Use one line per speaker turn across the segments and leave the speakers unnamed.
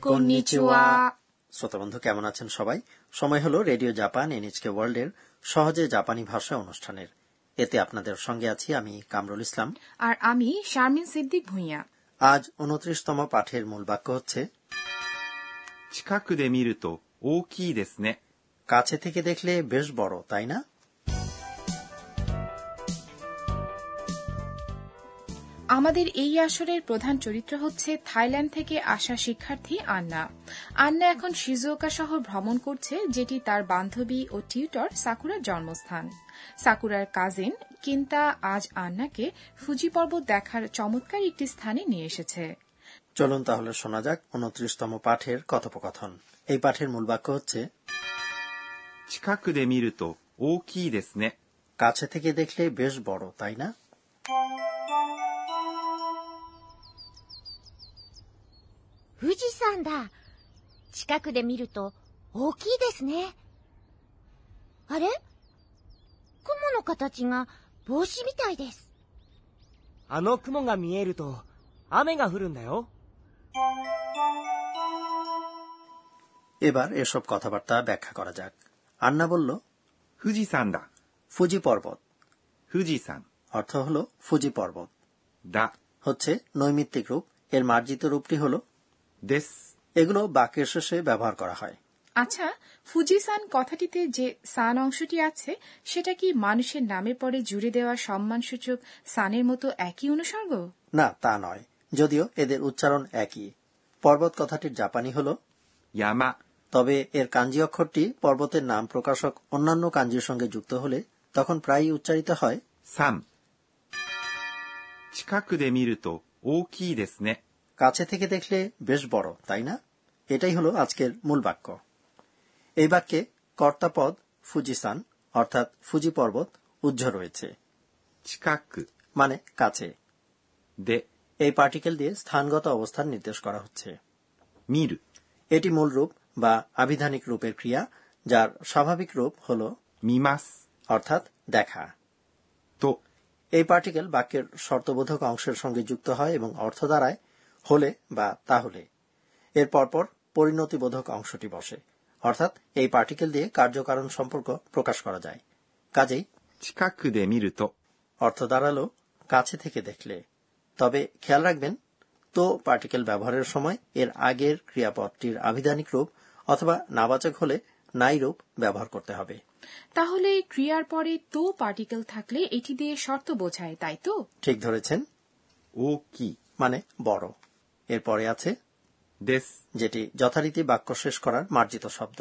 こんにちは。
শ্রোতা বন্ধু কেমন আছেন সবাই সময় হলো রেডিও জাপান এনএচকে ওয়ার্ল্ডের সহজে জাপানি ভাষা অনুষ্ঠানের এতে আপনাদের সঙ্গে আছি আমি কামরুল ইসলাম
আর আমি শারমিন সিদ্দিক ভুঁইয়া
আজ উনত্রিশতম পাঠের মূল বাক্য হচ্ছে
近くで見ると大きいですね。
কাছে থেকে দেখলে বেশ বড় তাই না
আমাদের এই আসরের প্রধান চরিত্র হচ্ছে থাইল্যান্ড থেকে আসা শিক্ষার্থী আন্না আন্না এখন শিজুওকা শহর ভ্রমণ করছে যেটি তার বান্ধবী ও টিউটর সাকুরার জন্মস্থান সাকুরার কাজিন কিন্তা আজ আন্নাকে ফুজি পর্বত দেখার চমৎকার একটি স্থানে নিয়ে এসেছে
চলুন তাহলে শোনা যাক উনত্রিশতম পাঠের কথোপকথন এই পাঠের মূল বাক্য হচ্ছে
近くで見ると大きいですね。
কাছে থেকে দেখলে বেশ বড় তাই না
富士山だ。近くで見ると大きいですね。あれ雲の形が帽子みたいです。
あの雲が見えると雨が降るんだよ。
এবার এসব কথাবার্তা ব্যাখ্যা করা যাক আন্না বলল
富士山だ。
ফুজি পর্বত
富士山
অর্থ হলো ফুজি পর্বত
だ。
হচ্ছে নৈমিত্তিক রূপ এর মার্জিত রূপটি হলো
です。
এগুলো বাক্যের শেষে ব্যবহার করা হয়
আচ্ছা ফুজিসান কথাটিতে যে সান অংশটি আছে সেটা কি মানুষের নামের পরে জুড়ে দেওয়া সম্মানসূচক সানের মতো একই অনুসর্গ
না তা নয় যদিও এদের উচ্চারণ একই পর্বত কথাটির জাপানি হল
山。
তবে এর কাঞ্জি অক্ষরটি পর্বতের নাম প্রকাশক অন্যান্য কাঞ্জির সঙ্গে যুক্ত হলে তখন প্রায়ই উচ্চারিত হয়
山。近くで見ると大きいですね。
কাছে থেকে দেখলে বেশ বড় তাই না এটাই হলো আজকের মূল বাক্য এই বাক্যে কর্তাপদ ফুজিসান অর্থাৎ ফুজি পর্বত উজ্জ রয়েছে
近く
মানে কাছে
で
এই পার্টিকেল দিয়ে স্থানগত অবস্থান নির্দেশ করা হচ্ছে
見る。
এটি মূল রূপ বা আবিধানিক রূপের ক্রিয়া যার স্বাভাবিক রূপ হল
見ます。
অর্থাৎ দেখা
と
এই পার্টিকেল বাক্যের শর্তবোধক অংশের সঙ্গে যুক্ত হয় এবং অর্থ দ্বারায় হলে বা তাহলে এর পরপর পরিণতিবোধক অংশটি বসে অর্থাৎ এই পার্টিকেল দিয়ে কার্যকারণ সম্পর্ক প্রকাশ করা যায় কাজেই
近くで見ると
অর্থ দাঁড়ালো কাছে থেকে দেখলে তবে খেয়াল রাখবেন তো পার্টিকেল ব্যবহারের সময় এর আগের ক্রিয়াপদটির আবিধানিক রূপ অথবা নাবাচক হলে নাই রূপ ব্যবহার করতে হবে
তাহলে ক্রিয়ার পরে তো পার্টিকেল থাকলে এটি দিয়ে শর্ত বোঝায় তাই তো
ঠিক ধরেছেন
大きい
মানে বড় এরপরে আছে
です。
যেটি যথারীতি বাক্য শেষ করার মার্জিত শব্দ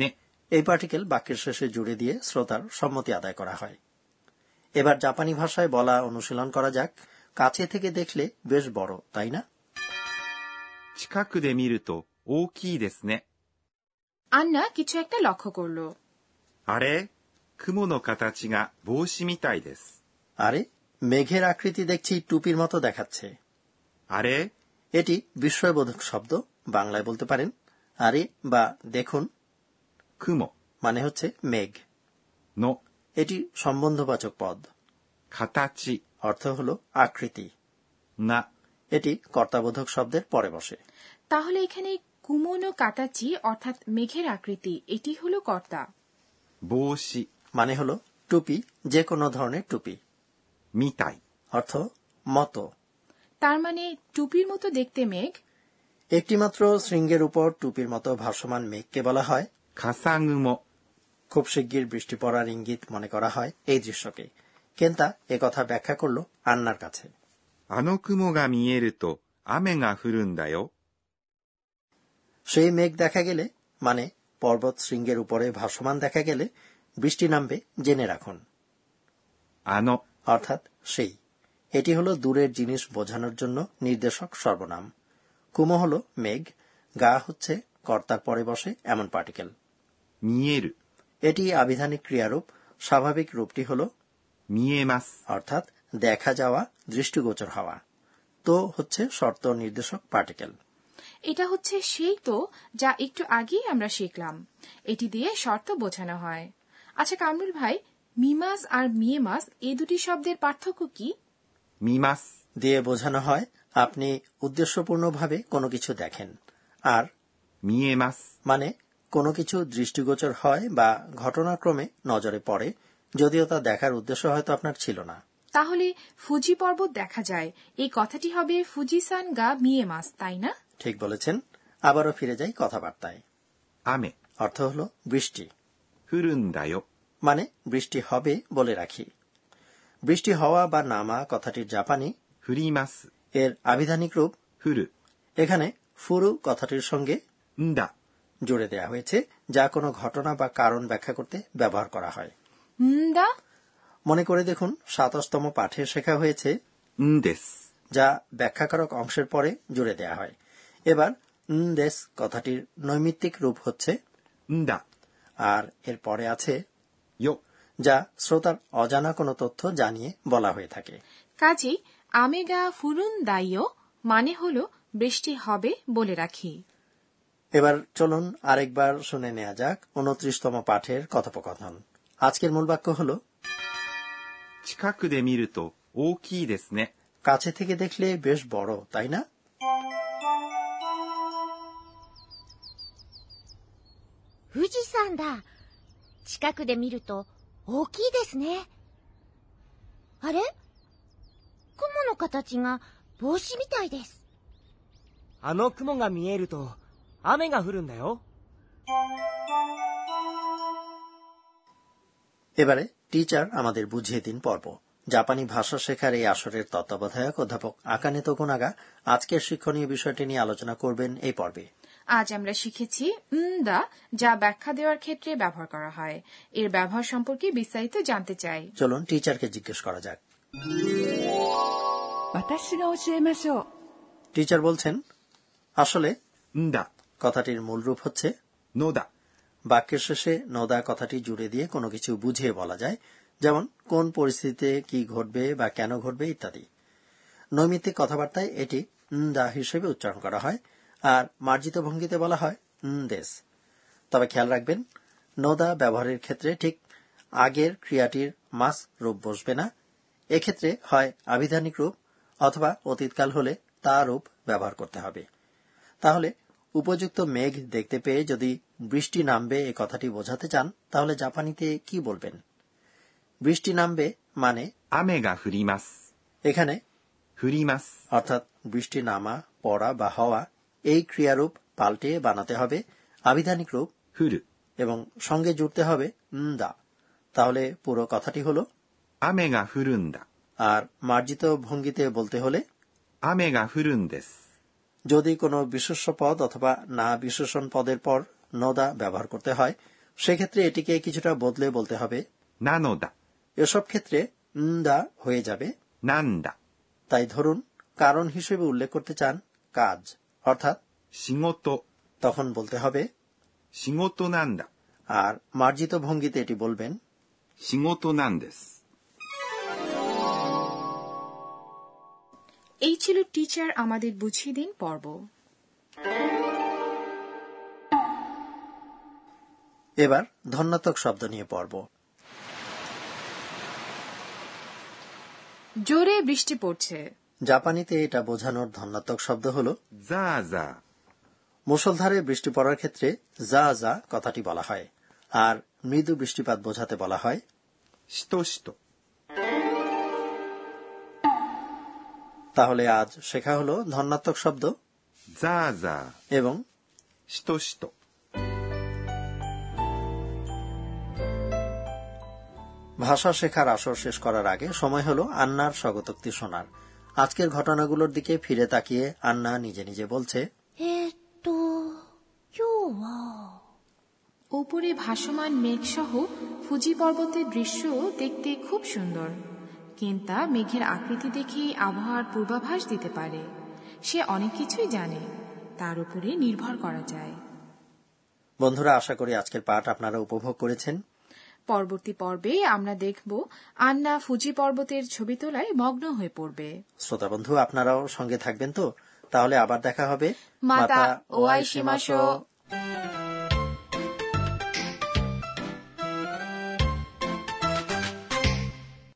ね。
এই পার্টিকেল বাক্যের শেষে জুড়ে দিয়ে শ্রোতার সম্মতি আদায় করা হয় এবার জাপানি ভাষায় বলা অনুশীলন করা যাক কাছে থেকে দেখলে বেশ বড় তাই না
近くで見ると大きいですね。
আন্না কিছু একটা লক্ষ্য করলো
あれ雲の形が帽子みたいです。
আরে মেঘের আকৃতি দেখছি টুপির মতো দেখাচ্ছে
あれ
এটি বিস্ময়বোধক শব্দ বাংলায় বলতে পারেন আরে বা দেখুন
雲
মানে হচ্ছে মেঘ
の
এটি সম্বন্ধবাচক পদ
形
অর্থ হল আকৃতি
が
এটি কর্তাবোধক শব্দের পরে বসে
তাহলে এখানে কুমনো কাতাচি অর্থাৎ মেঘের আকৃতি এটি হলো কর্তা
帽子
মানে হলো টুপি যে কোনো ধরনের টুপি
みたい
অর্থ মতো
তার মানে টুপির মতো দেখতে মেঘ
একটিমাত্র শৃঙ্গের উপর টুপির মতো ভাসমান মেঘকে বলা হয়
笠雲
খুব শিগগির বৃষ্টি পড়ার ইঙ্গিত মনে করা হয় এই দৃশ্যকে কেন্তা একথা ব্যাখ্যা করল আন্নার কাছে
あの雲が見えると雨が降るんだよ
সেই মেঘ দেখা গেলে মানে পর্বত শৃঙ্গের উপরে ভাসমান দেখা গেলে বৃষ্টি নামবে জেনে রাখুন
あの
অর্থাৎ সেই এটি হলো দূরের জিনিস বোঝানোর জন্য নির্দেশক সর্বনাম কুমো হলো মেঘ গা হচ্ছে কর্তার পরে বসে এমন পার্টিকেল
見える
এটি আবিধানিক ক্রিয়ারূপ স্বাভাবিক রূপটি হলো
見えます
অর্থাৎ দেখা যাওয়া দৃষ্টিগোচর হওয়া তো হচ্ছে শর্ত নির্দেশক পার্টিকেল
এটা হচ্ছে সেই তো যা একটু আগেই আমরা শিখলাম এটি দিয়ে শর্ত বোঝানো হয় আচ্ছা কামরুল ভাই মিমাস আর মিয়েমাস এই দুটি শব্দের পার্থক্য কি
見ます
দিয়ে বোঝানো হয় আপনি উদ্দেশ্যপূর্ণভাবে কোনো কিছু দেখেন আর
見えます。
মানে কোনো কিছু দৃষ্টিগোচর হয় বা ঘটনাক্রমে নজরে পড়ে যদিও তা দেখার উদ্দেশ্য হয়তো আপনার ছিল না
তাহলে ফুজি পর্বত দেখা যায় এই কথাটি হবে ফুজিসান গা মিয়ে মাস তাই না
ঠিক বলেছেন আবারও ফিরে যাই কথাবার্তায়
雨、
অর্থ হলো বৃষ্টি
降るんだよ。
মানে বৃষ্টি হবে বলে রাখি বৃষ্টি হওয়া বা নামা কথাটির জাপানি
降ります。
এর আবিধানিক রূপ
降る、
এখানে ফুরু কথাটির সঙ্গে
んだ。
জুড়ে দেয়া হয়েছে যা কোনো ঘটনা বা কারণ ব্যাখ্যা করতে ব্যবহার করা হয়
দা
মনে করে দেখুন সাতাশতম পাঠে শেখা হয়েছে
んです。
যা ব্যাখ্যাকারক অংশের পরে জুড়ে দেয়া হয় এবার দেশ কথাটির নৈমিত্তিক রূপ হচ্ছে
んだ、
আর এর পরে আছে
よ。
যা শ্রোতার অজানা কোনো তথ্য জানিয়ে বলা হয়ে থাকে
কাজেই আমেগা ফুরুন দাইও মানে হলো বৃষ্টি হবে বলে রাখি
এবার চলুন আরেকবার শুনে নেওয়া যাক উনত্রিশতম পাঠের কথোপকথন আজকের মূল বাক্য হল
近くで見ると大きいですね。
কাছে থেকে দেখলে বেশ বড় তাই না
富士山だ。近くで見ると大きいですね。あれ雲の形が帽子みたいです。
あの雲が見えると雨が降るんだよ。
এবারে টিচার আমাদের বুঝিয়ে দিন পর্ব জাপানি ভাষা শেখার এই আসরের তত্ত্বাবধায়ক অধ্যাপক আকানে তোকুনাগা আজকের শিক্ষণীয় বিষয়টি নিয়ে আলোচনা করবেন এই পর্বে
আজ আমরা শিখেছি দা যা ব্যাখ্যা দেওয়ার ক্ষেত্রে ব্যবহার করা হয় এর ব্যবহার সম্পর্কে বিস্তারিত জানতে চাই
চলুন টিচারকে জিজ্ঞেস করা যাক
私が教えましょう
টিচার বলছেন আসলে
んだ、
কথাটির মূল রূপ হচ্ছে
のだ。
বাক্যের শেষে নদা কথাটি জুড়ে দিয়ে কোনো কিছু বুঝিয়ে বলা যায় যেমন কোন পরিস্থিতিতে কি ঘটবে বা কেন ঘটবে ইত্যাদি নৈমিত্তিক কথাবার্তায় এটি দা হিসেবে উচ্চারণ করা হয় আর মার্জিত ভঙ্গিতে বলা হয় দেশ তবে খেয়াল রাখবেন নদা ব্যবহারের ক্ষেত্রে ঠিক আগের ক্রিয়াটির মাস রূপ বসবে না এক্ষেত্রে হয় আবিধানিক রূপ অথবা অতীতকাল হলে তা রূপ ব্যবহার করতে হবে তাহলে উপযুক্ত মেঘ দেখতে পেয়ে যদি বৃষ্টি নামবে এ কথাটি বোঝাতে চান তাহলে জাপানিতে কি বলবেন বৃষ্টি নামবে মানে
雨が降ります。
এখানে
降ります。
অর্থাৎ বৃষ্টি নামা পড়া বা হওয়া এই ক্রিয়ারূপ পাল্টে বানাতে হবে আবিধানিক রূপ
降る。
এবং সঙ্গে জুড়তে হবে ন দা তাহলে পুরো কথাটি হলো
雨が降るんだ。
আর মার্জিত ভঙ্গিতে বলতে হলে
雨が降るんです。
যদি কোনো বিশেষ্য পদ অথবা না বিশেষণ পদের পর নদা ব্যবহার করতে হয় সেক্ষেত্রে এটিকে কিছুটা বদলে বলতে হবে
なのだ、
এসব ক্ষেত্রে দা হয়ে যাবে
なんだ。
তাই ধরুন কারণ হিসেবে উল্লেখ করতে চান কাজ অর্থাৎ
仕事、
তখন বলতে হবে
仕事なんだ。
আর মার্জিত ভঙ্গিতে এটি বলবেন
仕事なんです。
এই ছিল টিচার আমাদের বুঝিয়ে দিন পর্ব
এবার ধন্যাত্মক শব্দ নিয়ে পড়ব
জোরে বৃষ্টি পড়ছে
জাপানিতে এটা বোঝানোর ধন্যাত্মক শব্দ হল
ザーザ
মুসলধারে বৃষ্টি পড়ার ক্ষেত্রে যা যা কথাটি বলা হয় আর মৃদু বৃষ্টিপাত বোঝাতে বলা হয়
ー、しとしと。
তাহলে আজ শেখা হলো ধন্যাত্মক শব্দ
ザーザー、
এবং
しとしと。
ভাষা শেখার আসর শেষ করার আগে সময় হলো আন্নার স্বগতোক্তি শোনার আজকের ঘটনাগুলোর দিকে ফিরে তাকিয়ে আন্না নিজে নিজে বলছে
えーっと、今日は、
উপরে ভাসমান মেঘসহ ফুজি পর্বতের দৃশ্য দেখতে খুব সুন্দর কিন্তা মেঘের আকৃতি দেখে আবহাওয়ার পূর্বাভাস দিতে পারে সে অনেক কিছুই জানে তার উপরে নির্ভর করা যায়
বন্ধুরা আশা করি আজকের পাঠ আপনারা উপভোগ করেছেন
পরবর্তী পর্বে আমরা দেখব আন্না ফুজি পর্বতের ছবি তোলায় মগ্ন হয়ে পড়বে
শ্রোতা বন্ধু আপনারাও সঙ্গে থাকবেন তো তাহলে আবার দেখা হবে
মাতা ওয়াই সীমাশো